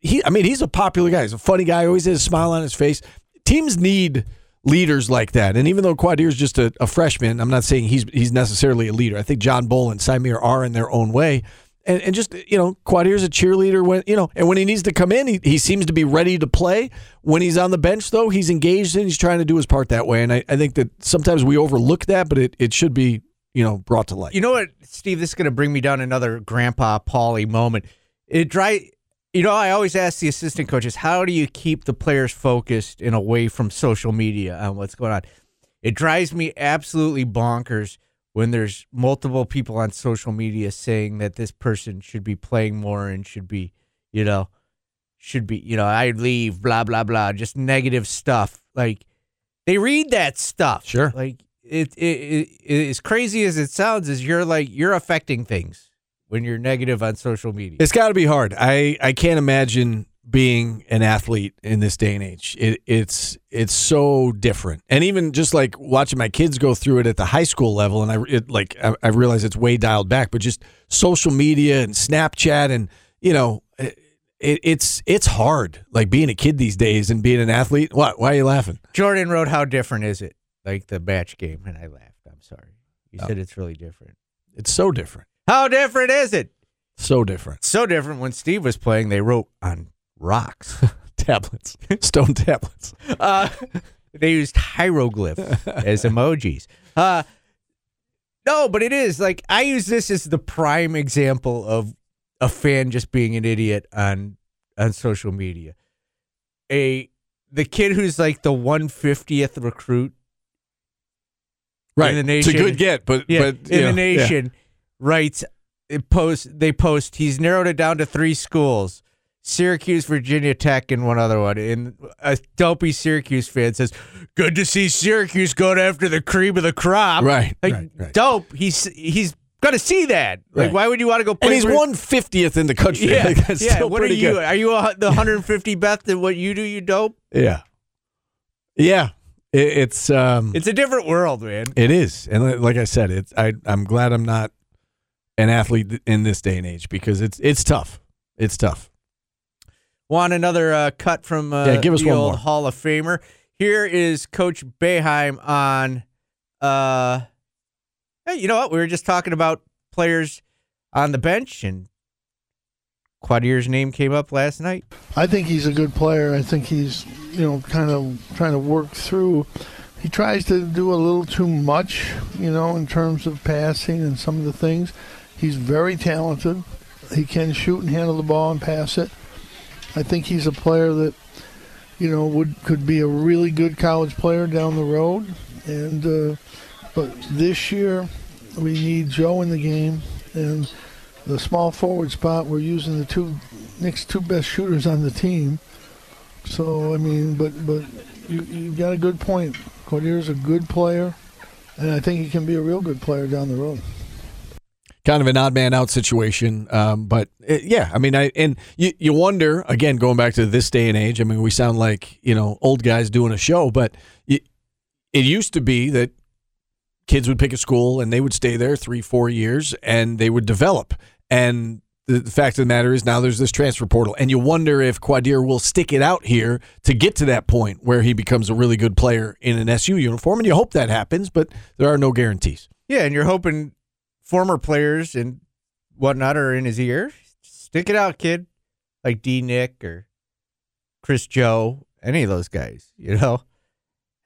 Speaker 4: He, I mean, he's a popular guy. He's a funny guy. Always has a smile on his face. Teams need leaders like that. And even though Quadir's just a, a freshman, I'm not saying he's he's necessarily a leader. I think John Bull and Samir are in their own way. And, and just you know, Quadir's a cheerleader when you know, and when he needs to come in, he, he seems to be ready to play. When he's on the bench, though, he's engaged and he's trying to do his part that way. And I, I think that sometimes we overlook that, but it, it should be you know brought to light.
Speaker 1: You know what, Steve? This is going to bring me down another Grandpa Paulie moment. It dry. You know, I always ask the assistant coaches, how do you keep the players focused and away from social media on what's going on? It drives me absolutely bonkers when there's multiple people on social media saying that this person should be playing more and should be, you know, should be, you know, I leave, blah, blah, blah, just negative stuff. Like, they read that stuff.
Speaker 4: Sure.
Speaker 1: Like it, it, it as crazy as it sounds, is you're like you're affecting things when you're negative on social media.
Speaker 4: It's got to be hard. I I can't imagine being an athlete in this day and age. It, it's it's so different, and even just like watching my kids go through it at the high school level, and I it, like I, I realize it's way dialed back, but just social media and Snapchat, and you know. It, it, it's it's hard, like being a kid these days and being an athlete. What? Why are you laughing?
Speaker 1: Jordan wrote, "How different is it?" Like the match game, and I laughed. I'm sorry. You
Speaker 4: Oh.
Speaker 1: said it's really different.
Speaker 4: It's so different,
Speaker 1: How different is it?
Speaker 4: so different.
Speaker 1: So different. When Steve was playing, they wrote on rocks.
Speaker 4: Tablets, stone tablets.
Speaker 1: Uh, they used hieroglyph as emojis. Uh, no, but it is like I use this as the prime example of a fan just being an idiot on on social media. A the kid who's like the one fiftieth recruit
Speaker 4: Right,
Speaker 1: the nation-
Speaker 4: it's a good get, but
Speaker 1: yeah,
Speaker 4: but
Speaker 1: in
Speaker 4: you know,
Speaker 1: the
Speaker 4: yeah.
Speaker 1: nation writes it post they post he's narrowed it down to three schools. Syracuse, Virginia Tech, and one other one. And a dopey Syracuse fan says, "Good to see Syracuse going after the cream of the crop."
Speaker 4: Right,
Speaker 1: like
Speaker 4: right, right.
Speaker 1: dope. He's he's gonna see that. Like,
Speaker 4: Right.
Speaker 1: why would you want to go? Play
Speaker 4: And he's
Speaker 1: for-
Speaker 4: one fiftieth in the country.
Speaker 1: Yeah,
Speaker 4: Like, that's
Speaker 1: yeah.
Speaker 4: still
Speaker 1: What are
Speaker 4: pretty
Speaker 1: you?
Speaker 4: good.
Speaker 1: Are you a, the 150 best at what you do? You dope.
Speaker 4: Yeah, yeah. It, it's um,
Speaker 1: It's a different world, man.
Speaker 4: It is, and li- like I said, it's I I'm glad I'm not an athlete th- in this day and age because it's it's tough. It's tough.
Speaker 1: Want another uh, cut from uh,
Speaker 4: Yeah, give us
Speaker 1: the
Speaker 4: one
Speaker 1: old
Speaker 4: more.
Speaker 1: Hall of Famer. Here is Coach Beheim on. Uh, hey, you know what? We were just talking about players on the bench, and Quadier's name came up last night.
Speaker 3: I think he's a good player. I think he's, you know, kind of trying to work through. He tries to do a little too much, you know, in terms of passing and some of the things. He's very talented. He can shoot and handle the ball and pass it. I think he's a player that, you know, would could be a really good college player down the road. And uh, but this year, we need Joe in the game and the small forward spot. We're using the two next two best shooters on the team. So I mean, but but you you got a good point. Cordier's a good player, and I think he can be a real good player down the road.
Speaker 4: Kind of an odd man out situation, um, but uh, yeah, I mean, I and you you wonder again going back to this day and age. I mean, we sound like you know old guys doing a show, but y it used to be that kids would pick a school and they would stay there three, four years and they would develop. And the the fact of the matter is now there's this transfer portal. And you wonder if Quadir will stick it out here to get to that point where he becomes a really good player in an SU uniform. And you hope that happens, but there are no guarantees.
Speaker 1: Yeah, and you're hoping former players and whatnot are in his ear. Stick it out, kid. Like D. Nick or Chris Joe, any of those guys. You know,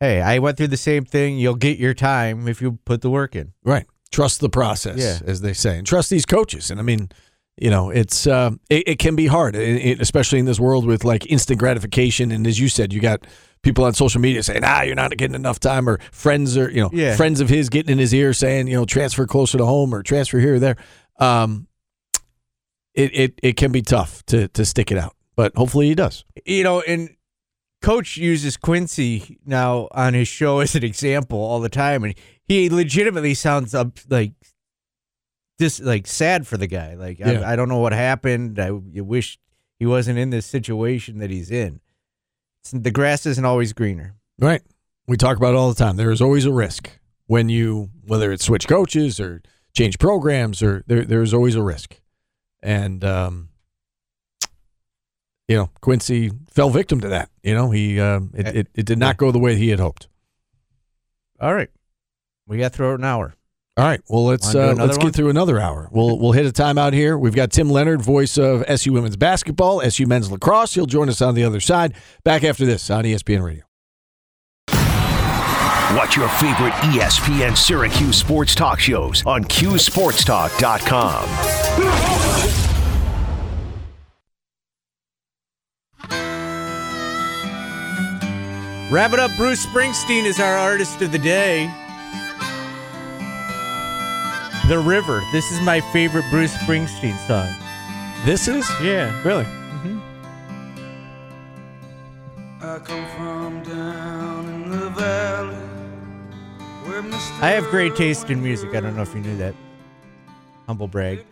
Speaker 1: hey, I went through the same thing. You'll get your time if you put the work in.
Speaker 4: Right. Trust the process,
Speaker 1: Yeah.
Speaker 4: as they say, and trust these coaches. And I mean, you know, it's uh, it, it can be hard, i it, especially in this world with like instant gratification. And as you said, you got people on social media saying, "Ah, you're not getting enough time," or friends are, you know,
Speaker 1: Yeah.
Speaker 4: friends of his getting in his ear saying, you know, transfer closer to home or transfer here or there. Um, it it it can be tough to to stick it out, but hopefully he does.
Speaker 1: you know, and Coach uses Quincy now on his show as an example all the time, and he legitimately sounds up like this, like sad for the guy. Like
Speaker 4: Yeah.
Speaker 1: I, I don't know what happened. I, I wish he wasn't in this situation that he's in. It's, the grass isn't always greener.
Speaker 4: Right. We talk about it all the time. There is always a risk when you, whether it's switch coaches or change programs, or there, there's always a risk. And, um, you know, Quincy fell victim to that. You know, he, um, it, it, it did not go the way he had hoped.
Speaker 1: All right, we got through an hour.
Speaker 4: All right. Well, let's
Speaker 1: Wanna do
Speaker 4: uh,
Speaker 1: another
Speaker 4: let's
Speaker 1: one?
Speaker 4: get through another hour. We'll we'll hit a timeout here. We've got Tim Leonard, voice of SU women's basketball, SU men's lacrosse. He'll join us on the other side. Back after this on E ESPN Radio.
Speaker 6: Watch your favorite E ESPN Syracuse sports talk shows on QSportsTalk.com.
Speaker 1: Wrap it up. Bruce Springsteen is our artist of the day. The River. This is my favorite Bruce Springsteen song.
Speaker 4: This is
Speaker 1: Yeah. Mm-hmm.
Speaker 4: really
Speaker 1: I have great taste in music. I don't know if you knew that. Humble brag.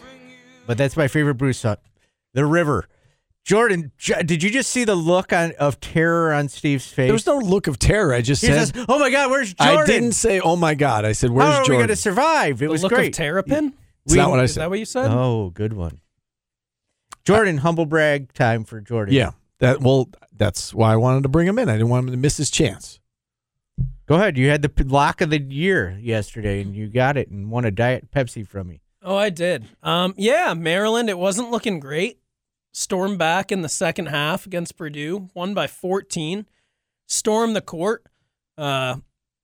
Speaker 1: But that's my favorite Bruce song. The River. Jordan, J- did you just see the look on, of terror on Steve's face?
Speaker 4: there was no look of terror. I just
Speaker 1: he
Speaker 4: said
Speaker 1: says, "Oh my God, where's Jordan?
Speaker 4: I didn't say, "Oh my God!" I said, "Where's
Speaker 1: How are we
Speaker 4: Jordan?"
Speaker 1: going to survive?" It
Speaker 9: The
Speaker 1: was
Speaker 9: look
Speaker 1: great.
Speaker 9: of Terrapin?
Speaker 4: it's not what I
Speaker 9: Is
Speaker 4: said.
Speaker 9: that what you said?
Speaker 1: oh, good one. Jordan, humble brag time for Jordan.
Speaker 4: yeah, that well, that's why I wanted to bring him in. I didn't want him to miss his chance.
Speaker 1: go ahead. You had the p- lock of the year yesterday, and you got it, and won a diet Pepsi from me.
Speaker 9: Oh, I did. Um, yeah, Maryland, it wasn't looking great. Storm back in the second half against Purdue, won by 14. Storm the court. Uh,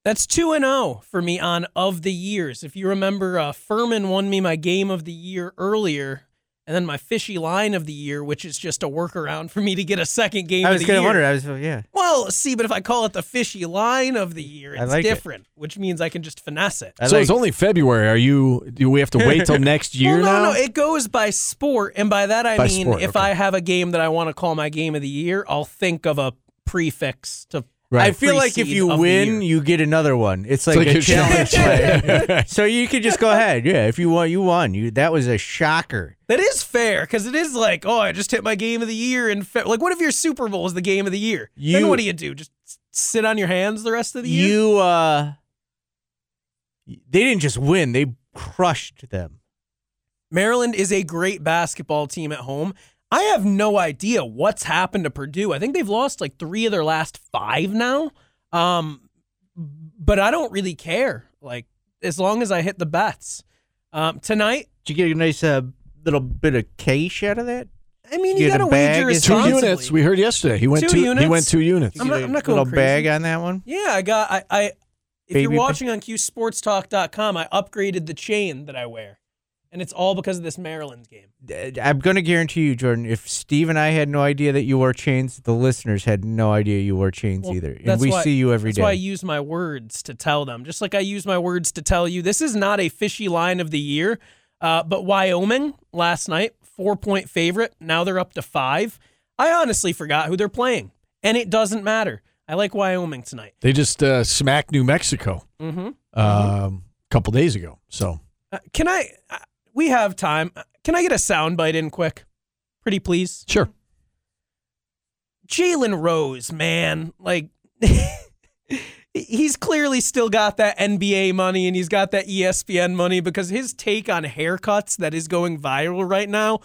Speaker 9: that's 2 and 0 for me on of the years. If you remember, uh, Furman won me my game of the year earlier And then my fishy line of the year, which is just a workaround for me to get a second game.
Speaker 1: I
Speaker 9: of
Speaker 1: was
Speaker 9: the
Speaker 1: gonna
Speaker 9: year.
Speaker 1: wonder. I was oh, yeah.
Speaker 9: Well, see, but if I call it the fishy line of the year,
Speaker 1: I
Speaker 9: it's
Speaker 1: like it. Uh,
Speaker 9: different, which means I can just finesse it.
Speaker 4: so it's only February. Are you? Do we have to wait till next year
Speaker 9: well,
Speaker 4: now?
Speaker 9: no, no, it goes by sport, and by that I
Speaker 4: By
Speaker 9: mean
Speaker 4: sport,
Speaker 9: if I have a game that I want to call my game of the year, I'll think of a prefix to.
Speaker 1: I feel like if
Speaker 9: precede
Speaker 1: you
Speaker 9: of the year.
Speaker 1: win, you get another one. It's like,
Speaker 4: like
Speaker 1: a
Speaker 4: a
Speaker 1: challenge.
Speaker 4: challenge.
Speaker 1: play. so you could just go ahead. Yeah, if you want, you won. You that was a shocker.
Speaker 9: That is fair because it is like, oh, I just hit my game of the year, and fe- like, what if your Super Bowl is the game of the year?
Speaker 1: You-
Speaker 9: then what do you do? Just s- sit on your hands the rest of the year?
Speaker 1: You uh, they didn't just win; they crushed them.
Speaker 9: Maryland is a great basketball team at home. I have no idea what's happened to Purdue. I think they've lost like three of their last five now. Um, but I don't really care. Like as long as I hit the bets. Um, tonight,
Speaker 1: Did you get a nice uh, little bit of cash out of that?
Speaker 9: I mean,
Speaker 1: You
Speaker 9: you
Speaker 1: get a
Speaker 9: got to
Speaker 1: bag,
Speaker 9: wager
Speaker 1: it's two
Speaker 4: two
Speaker 9: responsibly.
Speaker 4: units. We heard yesterday. He went
Speaker 9: Two
Speaker 4: two. he
Speaker 9: units?
Speaker 4: went two units.
Speaker 9: I'm not, I'm not going
Speaker 1: little
Speaker 9: crazy.
Speaker 1: bag on that one.
Speaker 9: Yeah, I got. I. I if
Speaker 1: Baby
Speaker 9: you're
Speaker 1: ba-
Speaker 9: watching on QSportsTalk.com, I upgraded the chain that I wear, and it's all because of this Maryland game.
Speaker 1: Uh, I'm going to guarantee you, Jordan. If Steve and I had no idea that you wore chains, the listeners had no idea you wore chains
Speaker 9: Well,
Speaker 1: either. And
Speaker 9: that's
Speaker 1: we
Speaker 9: why-
Speaker 1: see you every
Speaker 9: that's
Speaker 1: day.
Speaker 9: why I use my words to tell them, just like I use my words to tell you. This is not a fishy line of the year, uh, but Wyoming last night, four point favorite. Now they're up to five. I honestly forgot who they're playing, and it doesn't matter. I like Wyoming tonight.
Speaker 4: They just uh, smacked New Mexico
Speaker 9: Mm-hmm.
Speaker 4: um, a couple days ago. So
Speaker 9: Uh, can I? Uh, we have time. Uh, Can I get a soundbite in quick? Pretty please.
Speaker 4: sure.
Speaker 9: Jalen Rose, man, like he's clearly still got that NBA money and he's got that E ESPN money because his take on haircuts that is going viral right now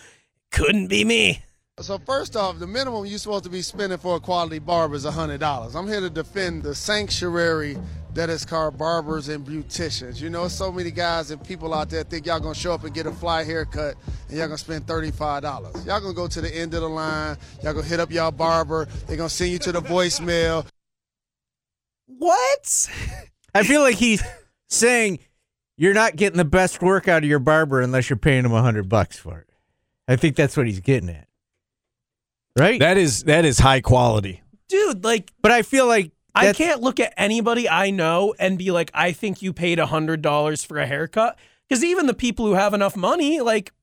Speaker 9: couldn't be me.
Speaker 10: So first off, the minimum you're supposed to be spending for a quality barber is hundred dollars. I'm here to defend the sanctuary that is called barbers and beauticians. You know, so many guys and people out there think y'all gonna show up and get a fly haircut and y'all gonna spend thirty-five dollars. Y'all gonna go to the end of the line. Y'all gonna hit up y'all barber. They gonna send you to the voicemail.
Speaker 9: What?
Speaker 1: I feel like he's saying you're not getting the best work out of your barber unless you're paying him a hundred bucks for it. I think that's what he's getting at, right?
Speaker 4: That is that is high quality.
Speaker 9: Dude, like
Speaker 1: but I feel like
Speaker 9: I
Speaker 1: that's-
Speaker 9: can't look at anybody I know and be like, I think you paid $100 for a haircut. Because even the people who have enough money, like,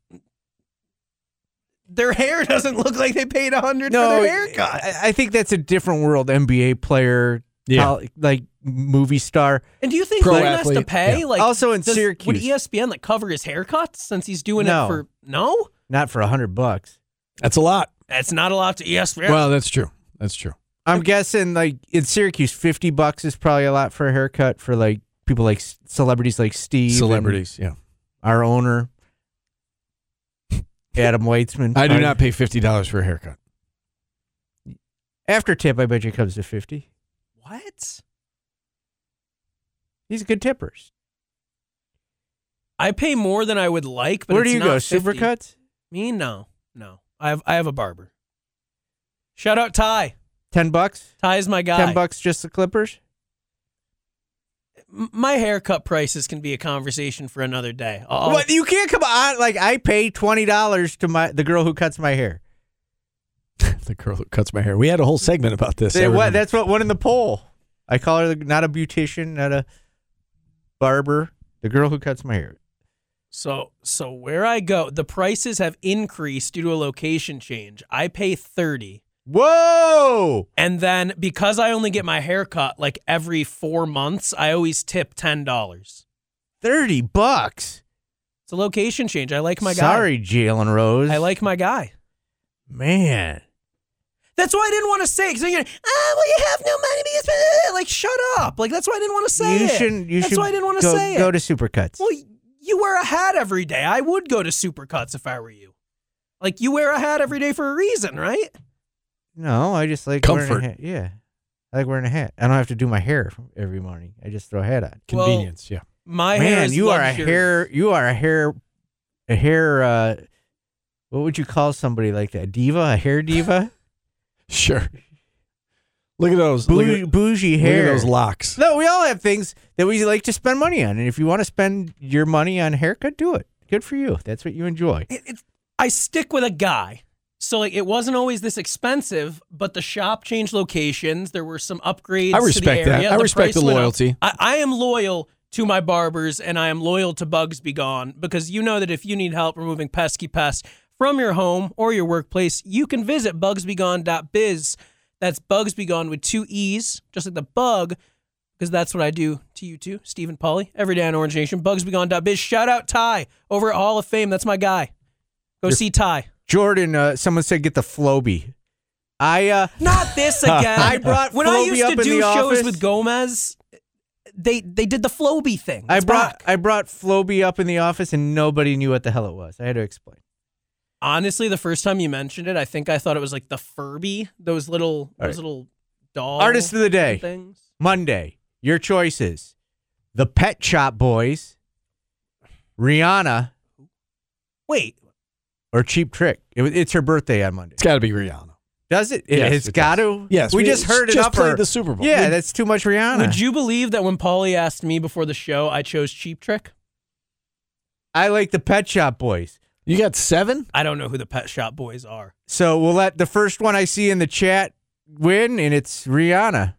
Speaker 9: their hair doesn't look like they paid 100 for their haircut.
Speaker 1: I, I think that's a different world. NBA player,
Speaker 4: Yeah.
Speaker 1: col- like movie star.
Speaker 9: And do you think
Speaker 4: Pro
Speaker 9: Pro has to
Speaker 4: athlete,
Speaker 9: pay?
Speaker 1: yeah.
Speaker 9: Like
Speaker 1: Also in
Speaker 9: does- would E
Speaker 1: Syracuse.
Speaker 9: ESPN like cover his haircuts since he's doing
Speaker 1: No.
Speaker 9: it for no?
Speaker 1: Not for a hundred bucks.
Speaker 4: That's a lot.
Speaker 9: That's not allowed to E ESPN.
Speaker 4: Well, that's true. That's true.
Speaker 1: I'm guessing like in Syracuse, fifty bucks is probably a lot for a haircut for like people like s- celebrities like Steve, and
Speaker 4: Celebrities. Yeah.
Speaker 1: our owner, Adam Weitzman.
Speaker 4: I do not pay fifty dollars for a haircut.
Speaker 1: After tip, I bet you it comes to fifty.
Speaker 9: what?
Speaker 1: He's good tippers.
Speaker 9: I pay more than I would like, but
Speaker 1: Where do
Speaker 9: it's
Speaker 1: you
Speaker 9: not
Speaker 1: go?
Speaker 9: 50.
Speaker 1: Supercuts?
Speaker 9: Me no, no. I have I have a barber. Shout out Ty.
Speaker 1: Ten bucks?
Speaker 9: Ty is my guy.
Speaker 1: Ten bucks just the clippers?
Speaker 9: M- My haircut prices can be a conversation for another day. I'll-
Speaker 1: What you can't come on like I pay twenty dollars to my the girl who cuts my hair.
Speaker 4: The girl who cuts my hair. We had a whole segment about this. I
Speaker 1: They- what,
Speaker 4: remember.
Speaker 1: that's what won in the poll. I call her the, not a beautician, not a barber. The girl who cuts my hair.
Speaker 9: So so where I go, the prices have increased due to a location change. I pay 30.
Speaker 1: Whoa!
Speaker 9: And then because I only get my hair cut like every four months, I always tip ten dollars.
Speaker 1: Thirty bucks.
Speaker 9: It's a location change. I like Oh my
Speaker 1: Sorry, Jalen Rose.
Speaker 9: guy. I like my guy.
Speaker 1: man.
Speaker 9: That's why I didn't want to say it. Cause then you're gonna, ah, well, you have no money because blah, blah, blah." like shut up. Like that's why I didn't want to say
Speaker 1: you
Speaker 9: it.
Speaker 1: shouldn't. You
Speaker 9: that's
Speaker 1: should
Speaker 9: why I didn't want to
Speaker 1: go,
Speaker 9: say
Speaker 1: Go
Speaker 9: it.
Speaker 1: to Supercuts.
Speaker 9: well, y- you wear a hat every day. I would go to Supercuts if I were you. Like you wear a hat every day for a reason, right?
Speaker 1: No, I just like
Speaker 4: Comfort.
Speaker 1: Wearing a hat. Yeah, I like wearing a hat. I don't have to do my hair every morning. I just throw a hat on.
Speaker 9: Well,
Speaker 4: convenience. yeah.
Speaker 9: My hair
Speaker 1: Man,
Speaker 9: is
Speaker 1: you are a
Speaker 9: luxury.
Speaker 1: hair. You are a hair. A hair. Uh, what would you call somebody like that? Diva? A hair diva?
Speaker 4: Sure. Look at those. Look at,
Speaker 1: Bougie, bougie
Speaker 4: look at
Speaker 1: hair.
Speaker 4: those locks.
Speaker 1: no, we all have things that we like to spend money on, and if you want to spend your money on haircut, do it. Good for you. That's what you enjoy.
Speaker 9: It- it's I stick with a guy. So like it wasn't always this expensive, but the shop changed locations. There were some upgrades.
Speaker 4: I
Speaker 9: to
Speaker 4: respect
Speaker 9: the
Speaker 4: that.
Speaker 9: area.
Speaker 4: I respect
Speaker 9: price
Speaker 4: the
Speaker 9: went up.
Speaker 4: loyalty.
Speaker 9: I, I am loyal to my barbers and I am loyal to Bugs Be Gone because you know that if you need help removing pesky pests from your home or your workplace, you can visit bugsbegone.biz. That's Bugs Be Gone with two E's, just like the bug, because that's what I do to you too, Stephen Polly, every day on Orange Nation. Bugsbegone.biz. Shout out Ty over at Hall of Fame. That's my guy. Go
Speaker 1: Your-
Speaker 9: see Ty.
Speaker 1: Jordan, uh, someone said get the Floby. I uh,
Speaker 9: Not this again.
Speaker 1: I brought
Speaker 9: when I
Speaker 1: Floby
Speaker 9: used
Speaker 1: up
Speaker 9: to
Speaker 1: in
Speaker 9: do
Speaker 1: the
Speaker 9: shows
Speaker 1: office.
Speaker 9: with Gomez. They they did the Floby thing.
Speaker 1: I
Speaker 9: It's
Speaker 1: brought
Speaker 9: back.
Speaker 1: I brought Floby up in the office and nobody knew what the hell it was. I had to explain.
Speaker 9: honestly the first time you mentioned it, I think I thought it was like the Furby, those little
Speaker 1: All
Speaker 9: those
Speaker 1: right.
Speaker 9: little doll
Speaker 1: Artist of the day.
Speaker 9: things.
Speaker 1: Monday, your choices: the Pet Shop Boys, Rihanna,
Speaker 9: Wait,
Speaker 1: or Cheap Trick. It, was- it's her birthday on Monday.
Speaker 4: It's got to be Rihanna.
Speaker 1: Does it? It
Speaker 4: Yes,
Speaker 1: has
Speaker 4: it
Speaker 1: got
Speaker 4: does.
Speaker 1: to.
Speaker 4: Yes,
Speaker 1: we,
Speaker 4: we-
Speaker 1: just heard it
Speaker 4: just
Speaker 1: up her-
Speaker 4: played the Super Bowl.
Speaker 1: Yeah,
Speaker 4: Would-
Speaker 1: that's too much Rihanna.
Speaker 9: Would you believe that when Paulie asked me before the show, I chose Cheap Trick?
Speaker 1: I like the Pet Shop Boys.
Speaker 4: You got seven.
Speaker 9: I don't know who the Pet Shop Boys are.
Speaker 1: So we'll let the first one I see in the chat win, and it's Rihanna.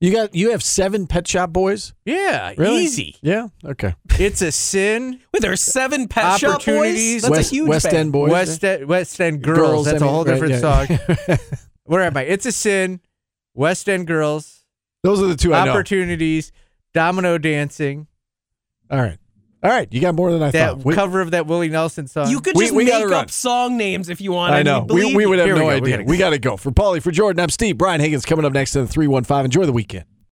Speaker 4: You got you have seven Pet Shop Boys.
Speaker 1: Yeah,
Speaker 4: Really?
Speaker 1: easy.
Speaker 4: Yeah. Okay.
Speaker 1: It's a sin.
Speaker 9: Wait, there are seven Pet Shop Boys.
Speaker 1: Opportunities.
Speaker 9: That's
Speaker 4: West-
Speaker 9: a huge
Speaker 4: West
Speaker 9: band.
Speaker 4: End Boys. uh,
Speaker 1: West End, West End Girls. That's
Speaker 4: I
Speaker 1: a
Speaker 4: mean,
Speaker 1: whole
Speaker 4: right,
Speaker 1: different
Speaker 4: yeah.
Speaker 1: song. Where am I? It's a sin. West End Girls.
Speaker 4: Those are the two I know.
Speaker 1: opportunities. Domino dancing.
Speaker 4: All right. All right. You got more than I
Speaker 1: That
Speaker 4: thought. We-
Speaker 1: cover of that Willie Nelson song.
Speaker 9: You could
Speaker 4: We-
Speaker 9: just
Speaker 4: we
Speaker 9: make
Speaker 4: gotta
Speaker 9: up
Speaker 4: run.
Speaker 9: song names if you want.
Speaker 4: I
Speaker 9: mean,
Speaker 4: know.
Speaker 9: believe
Speaker 4: We, we would
Speaker 9: me.
Speaker 4: have
Speaker 1: Here we
Speaker 4: no
Speaker 1: go. We
Speaker 4: idea.
Speaker 1: gotta go.
Speaker 4: We got to go. For Paulie, for Jordan, I'm Steve. Brian Higgins coming up next in the 315. Enjoy the weekend.